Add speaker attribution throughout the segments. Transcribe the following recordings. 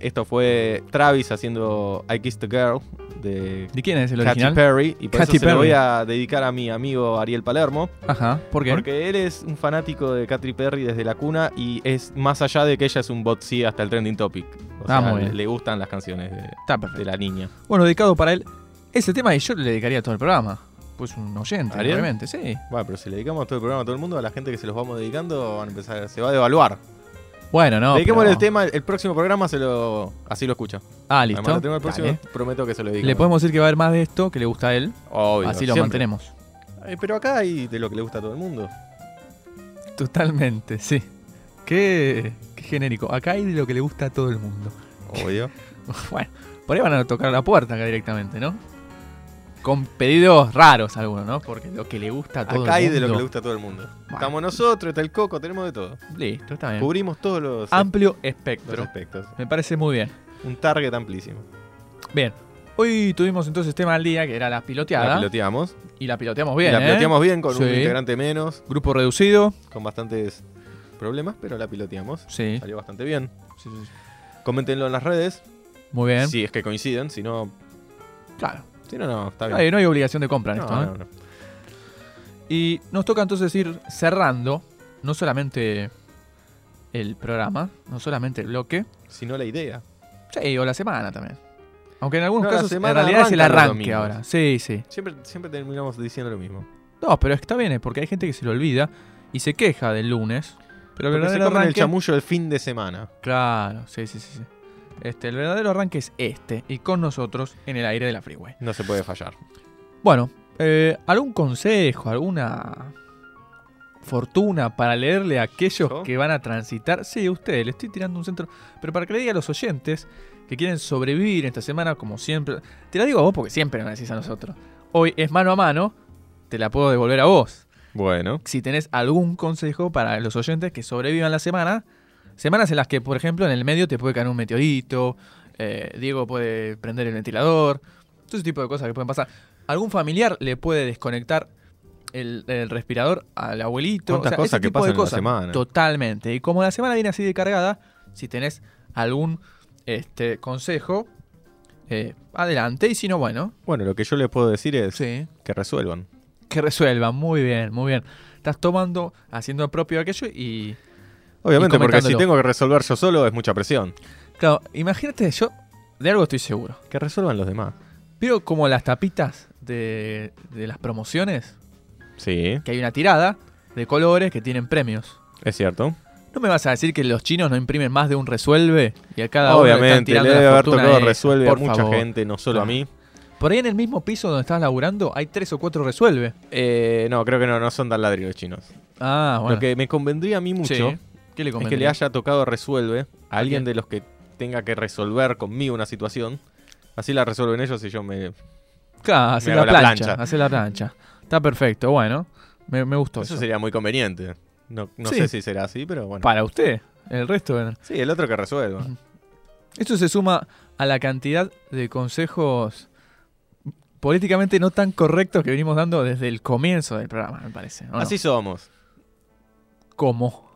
Speaker 1: Esto fue Travis haciendo I Kissed a Girl de
Speaker 2: ¿De quién es el
Speaker 1: Katy
Speaker 2: original?
Speaker 1: Perry y por
Speaker 2: Katy
Speaker 1: eso se lo
Speaker 2: Perry.
Speaker 1: voy a dedicar a mi amigo Ariel Palermo
Speaker 2: Ajá. ¿Por qué?
Speaker 1: porque él es un fanático de Katy Perry desde la cuna y es más allá de que ella es un bot sí hasta el trending topic. O sea,
Speaker 2: Ah, muy
Speaker 1: le,
Speaker 2: bien.
Speaker 1: le gustan las canciones de,
Speaker 2: Está
Speaker 1: de
Speaker 2: perfecto.
Speaker 1: la niña.
Speaker 2: Bueno, dedicado para él. Ese tema y yo le dedicaría todo el programa. Pues un oyente,
Speaker 1: ¿Ariel?
Speaker 2: obviamente, sí.
Speaker 1: Bueno, pero si le dedicamos todo el programa a todo el mundo, a la gente que se los vamos dedicando van a empezar, se va a devaluar.
Speaker 2: Bueno, no.
Speaker 1: Dediquémosle
Speaker 2: pero-
Speaker 1: el tema, el próximo programa se lo así lo escucha.
Speaker 2: Ah,
Speaker 1: Además,
Speaker 2: listo.
Speaker 1: lo tengo el próximo,
Speaker 2: Dale.
Speaker 1: prometo que se lo
Speaker 2: Le
Speaker 1: dedicamos.
Speaker 2: podemos decir que va a haber más de esto que le gusta a él.
Speaker 1: Obvio,
Speaker 2: así lo
Speaker 1: siempre.
Speaker 2: mantenemos.
Speaker 1: Eh, pero acá hay de lo que le gusta a todo el mundo.
Speaker 2: Totalmente, sí. Qué, qué genérico. Acá hay de lo que le gusta a todo el mundo.
Speaker 1: Obvio.
Speaker 2: Bueno, por ahí van a tocar la puerta acá directamente, ¿no? Con pedidos raros algunos, ¿no? Porque lo que le gusta a todo
Speaker 1: Acá
Speaker 2: el mundo.
Speaker 1: hay de lo que le gusta a todo el mundo. Estamos nosotros, está el coco, tenemos de todo.
Speaker 2: Listo, está bien.
Speaker 1: Cubrimos todos los,
Speaker 2: Amplio
Speaker 1: los
Speaker 2: espectro.
Speaker 1: aspectos.
Speaker 2: Me parece muy bien.
Speaker 1: Un target amplísimo.
Speaker 2: Bien. Hoy tuvimos entonces tema del día que era la piloteada.
Speaker 1: La piloteamos.
Speaker 2: y la piloteamos bien.
Speaker 1: la
Speaker 2: ¿eh?
Speaker 1: piloteamos bien con un
Speaker 2: Sí.
Speaker 1: integrante menos,
Speaker 2: Grupo reducido.
Speaker 1: con bastantes problemas, pero la piloteamos.
Speaker 2: Sí.
Speaker 1: Salió bastante bien.
Speaker 2: sí, sí, sí.
Speaker 1: Coméntenlo en las redes,
Speaker 2: Muy bien.
Speaker 1: si es que coinciden, si no,
Speaker 2: Claro.
Speaker 1: si no, no, está
Speaker 2: No
Speaker 1: bien.
Speaker 2: hay, no hay obligación de compra en
Speaker 1: No,
Speaker 2: esto. ¿eh?
Speaker 1: no, no.
Speaker 2: Y nos toca entonces ir cerrando no solamente el programa, no solamente el bloque,
Speaker 1: Si no la idea.
Speaker 2: sí, o la semana también. Aunque en algunos
Speaker 1: No, la
Speaker 2: casos en
Speaker 1: semana
Speaker 2: realidad es el
Speaker 1: arranca los
Speaker 2: arranque
Speaker 1: domingos.
Speaker 2: ahora. Sí, sí.
Speaker 1: Siempre, siempre terminamos diciendo lo mismo.
Speaker 2: No, pero está bien, ¿eh? porque hay gente que se lo olvida y se queja del lunes. Pero
Speaker 1: Porque
Speaker 2: el
Speaker 1: se
Speaker 2: verdadero
Speaker 1: comen el
Speaker 2: arranque...
Speaker 1: chamullo el fin de semana.
Speaker 2: Claro, sí, sí, sí. sí. Este, el verdadero arranque es este, y con nosotros en el aire de la freeway.
Speaker 1: No se puede fallar.
Speaker 2: Bueno, eh, ¿algún consejo, alguna fortuna para leerle a aquellos
Speaker 1: ¿Yo?
Speaker 2: que van a transitar? Sí, ustedes, le estoy tirando un centro. Pero para que le diga a los oyentes que quieren sobrevivir esta semana, como siempre. Te la digo a vos porque siempre me decís a nosotros. Hoy es mano a mano, te la puedo devolver a vos.
Speaker 1: Bueno.
Speaker 2: Si tenés algún consejo para los oyentes que sobrevivan la semana, semanas en las que, por ejemplo, en el medio te puede caer un meteorito, eh, Diego puede prender el ventilador, todo ese tipo de cosas que pueden pasar. Algún familiar le puede desconectar el, el respirador al abuelito.
Speaker 1: Cuántas
Speaker 2: o sea,
Speaker 1: cosas
Speaker 2: ese
Speaker 1: que
Speaker 2: tipo
Speaker 1: pasan
Speaker 2: de
Speaker 1: en la
Speaker 2: cosas.
Speaker 1: semana.
Speaker 2: Totalmente. Y como la semana viene así de cargada, si tenés algún este, consejo, eh, adelante. Y si no, bueno,
Speaker 1: Bueno, lo que yo les puedo decir es
Speaker 2: sí.
Speaker 1: que resuelvan.
Speaker 2: Que resuelvan, muy bien, muy bien. Estás tomando, haciendo propio aquello y.
Speaker 1: Obviamente,
Speaker 2: Y
Speaker 1: porque si
Speaker 2: comentándolo.
Speaker 1: tengo que resolver yo solo es mucha presión.
Speaker 2: Claro, imagínate, yo de algo estoy seguro.
Speaker 1: Que resuelvan los demás.
Speaker 2: Veo como las tapitas de, de las promociones,
Speaker 1: Sí,
Speaker 2: que hay una tirada de colores que tienen premios.
Speaker 1: es cierto.
Speaker 2: ¿No me vas a decir que los chinos no imprimen más de un resuelve y a cada uno le están
Speaker 1: Obviamente, le
Speaker 2: tirando la
Speaker 1: debe haber
Speaker 2: fortuna
Speaker 1: tocado
Speaker 2: esa?
Speaker 1: resuelve a
Speaker 2: Por
Speaker 1: mucha
Speaker 2: favor. Ah.
Speaker 1: gente, no solo a mí.
Speaker 2: Por ahí en el mismo piso donde estás laburando hay tres o cuatro resuelve.
Speaker 1: Eh, no, creo que no, no son tan ladrillos chinos.
Speaker 2: Ah, bueno.
Speaker 1: Lo que me convendría a mí mucho
Speaker 2: Sí. ¿Qué le
Speaker 1: es
Speaker 2: comenté?
Speaker 1: que le haya tocado resuelve a alguien
Speaker 2: quién?
Speaker 1: de los que tenga que resolver conmigo una situación. Así la resuelven ellos y yo me...
Speaker 2: Claro, hacer
Speaker 1: Me
Speaker 2: la
Speaker 1: hago la
Speaker 2: plancha,
Speaker 1: plancha.
Speaker 2: hacer la plancha. Está perfecto, bueno. Me, me gustó
Speaker 1: Eso
Speaker 2: eso.
Speaker 1: sería muy conveniente. No, no
Speaker 2: Sí.
Speaker 1: sé si será así, pero bueno.
Speaker 2: Para usted, el resto. bueno.
Speaker 1: Sí, el otro que resuelva.
Speaker 2: Esto se suma a la cantidad de consejos políticamente no tan correctos que venimos dando desde el comienzo del programa, me parece. ¿o Ah, no?
Speaker 1: Así somos.
Speaker 2: como.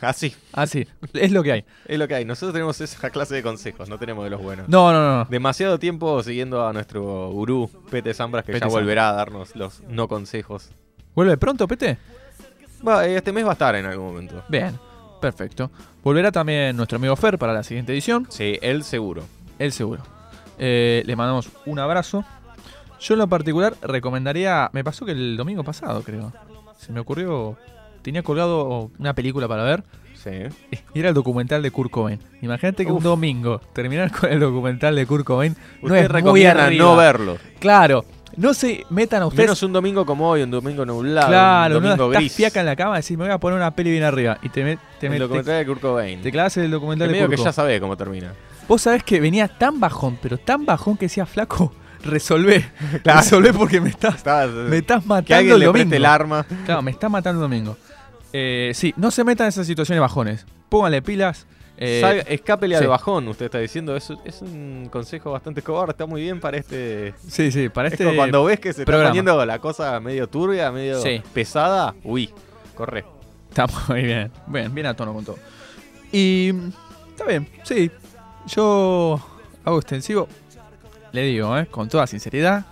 Speaker 1: Así.
Speaker 2: Así. Es lo que hay.
Speaker 1: Es lo que hay. Nosotros tenemos esa clase de consejos, no tenemos de los buenos.
Speaker 2: No, no, no, no.
Speaker 1: Demasiado tiempo siguiendo a nuestro gurú, Pete Zambras, que
Speaker 2: Pete
Speaker 1: ya volverá a darnos los no consejos.
Speaker 2: ¿Vuelve pronto, Pete?
Speaker 1: Va, eh, este mes va a estar en algún momento.
Speaker 2: Bien. Perfecto. Volverá también nuestro amigo Fer para la siguiente edición.
Speaker 1: Sí, él seguro.
Speaker 2: El seguro. Eh, le mandamos un abrazo. Yo en lo particular recomendaría. Me pasó que el domingo pasado, creo. Se me ocurrió. Tenía colgado una película para ver.
Speaker 1: Sí.
Speaker 2: Y era el documental de Kurt Cobain. Imagínate que
Speaker 1: Uf.
Speaker 2: un domingo terminar con el documental de Kurt Cobain no
Speaker 1: Usted
Speaker 2: es muy
Speaker 1: recomienda
Speaker 2: arriba.
Speaker 1: no verlo.
Speaker 2: Claro, no se metan a ustedes.
Speaker 1: Menos un domingo como hoy, un domingo nublado,
Speaker 2: claro,
Speaker 1: un
Speaker 2: no
Speaker 1: domingo
Speaker 2: estás
Speaker 1: gris.
Speaker 2: fiaca en la cama y decís, me voy a poner una peli bien arriba. Y te, met- te,
Speaker 1: El
Speaker 2: met- te,
Speaker 1: documental de Kurt Cobain.
Speaker 2: te clavas en el
Speaker 1: Que
Speaker 2: documental de
Speaker 1: medio
Speaker 2: Kurt
Speaker 1: que ya
Speaker 2: Cobain.
Speaker 1: sabe cómo termina.
Speaker 2: Vos sabés que venía tan bajón, pero tan bajón que decía flaco, resolvé.
Speaker 1: Claro.
Speaker 2: Resolvé porque me estás,
Speaker 1: Está-
Speaker 2: eh, me estás
Speaker 1: que
Speaker 2: matando
Speaker 1: alguien
Speaker 2: el
Speaker 1: le
Speaker 2: domingo.
Speaker 1: preste el arma.
Speaker 2: Claro, me está matando el domingo. Eh, sí, no se metan en esas situaciones bajones. Pónganle pilas. eh,
Speaker 1: Salga- escápele
Speaker 2: sí.
Speaker 1: al bajón, usted está diciendo. Es, es un consejo bastante cobarde. Está muy bien para este
Speaker 2: sí, sí, para
Speaker 1: Es
Speaker 2: este.
Speaker 1: como cuando ves que se
Speaker 2: programa.
Speaker 1: está poniendo la cosa medio turbia, medio
Speaker 2: Sí.
Speaker 1: pesada, uy, corre.
Speaker 2: Está muy bien. Bien, bien a tono con todo. Y. mm, Está bien, sí. Yo hago extensivo, le digo, ¿eh? con toda sinceridad,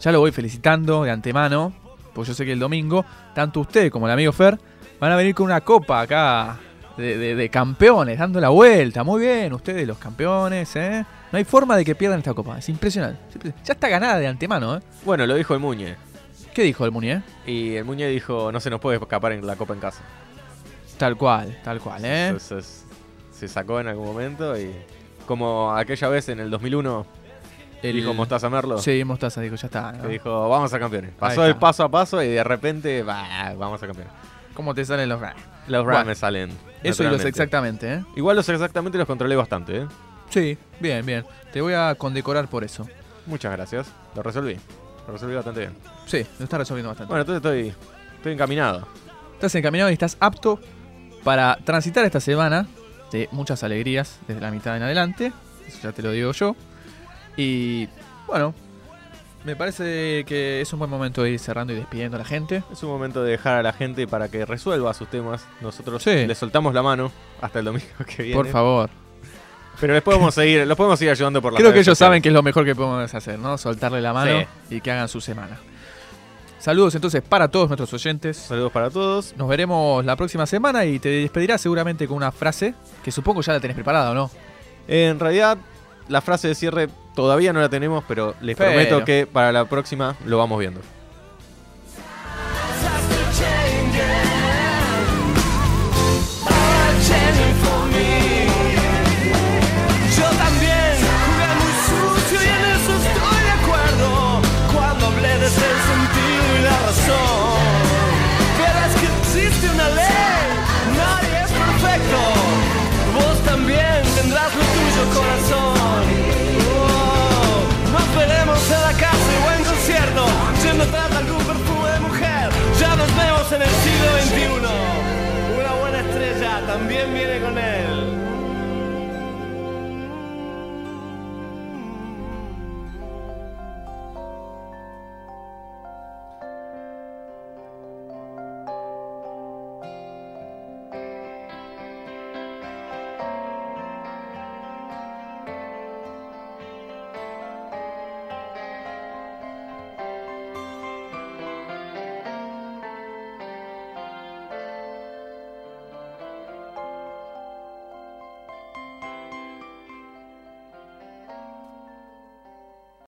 Speaker 2: ya lo voy felicitando de antemano, pues yo sé que el domingo, tanto usted como el amigo Fer van a venir con una copa acá de, de- de campeones, dando la vuelta. Muy bien, ustedes los campeones, ¿eh? No hay forma de que pierdan esta copa, es impresionante. Es impresionante. Ya está ganada de antemano, ¿eh?
Speaker 1: Bueno, lo dijo el Muñe.
Speaker 2: ¿Qué dijo el Muni, eh?
Speaker 1: Y el Muñe dijo, no se nos puede escapar en la copa en casa.
Speaker 2: Tal cual, tal cual, ¿eh?
Speaker 1: Eso es- se sacó en algún momento y... Como aquella vez en el 2001, dijo Mostaza Merlo.
Speaker 2: Sí, Mostaza dijo, ya está. ¿no?
Speaker 1: Que dijo, vamos a campeones. Pasó
Speaker 2: Ahí
Speaker 1: el
Speaker 2: está.
Speaker 1: paso a paso y de repente, bah, vamos a campeones.
Speaker 2: ¿Cómo te salen los ganas?
Speaker 1: Los
Speaker 2: Bueno,
Speaker 1: Rams me salen.
Speaker 2: Eso y los
Speaker 1: Ah, naturalmente.
Speaker 2: exactamente, ¿eh?
Speaker 1: Igual los exactamente los controlé bastante, ¿eh?
Speaker 2: Sí, bien, bien. Te voy a condecorar por eso.
Speaker 1: Muchas gracias. Lo resolví. Lo resolví bastante bien.
Speaker 2: Sí, lo estás resolviendo bastante.
Speaker 1: Bueno, entonces estoy, estoy encaminado.
Speaker 2: Estás encaminado y estás apto para transitar esta semana de muchas alegrías desde la mitad en adelante. Eso ya te lo digo yo. Y bueno, me parece que es un buen momento de ir cerrando y despidiendo a la gente.
Speaker 1: Es un momento de dejar a la gente para que resuelva sus temas. Nosotros
Speaker 2: Sí.
Speaker 1: le soltamos la mano hasta el domingo que viene.
Speaker 2: Por favor.
Speaker 1: Pero les podemos seguir, los podemos seguir ayudando por la
Speaker 2: Creo que ellos saben que es lo mejor que podemos hacer, ¿no? Soltarle la mano y que hagan su semana. Saludos entonces para todos nuestros oyentes.
Speaker 1: Saludos para todos.
Speaker 2: Nos veremos la próxima semana y te despedirás seguramente con una frase que supongo ya la tenés preparada, ¿o no?
Speaker 1: En realidad, la frase de cierre todavía no la tenemos, pero les
Speaker 2: Pero.
Speaker 1: prometo que para la próxima lo vamos viendo.
Speaker 3: Yo también jugué muy sucio y en eso estoy de acuerdo Cuando hablé desde el sentido y la razón Pero es que existe una ley, nadie es perfecto Vos también tendrás lo tuyo corazón Oh, Nos veremos en la casa y buen concierto Yendo atrás de algún perfume de mujer Ya nos vemos en el siglo XXI Una buena estrella también viene con él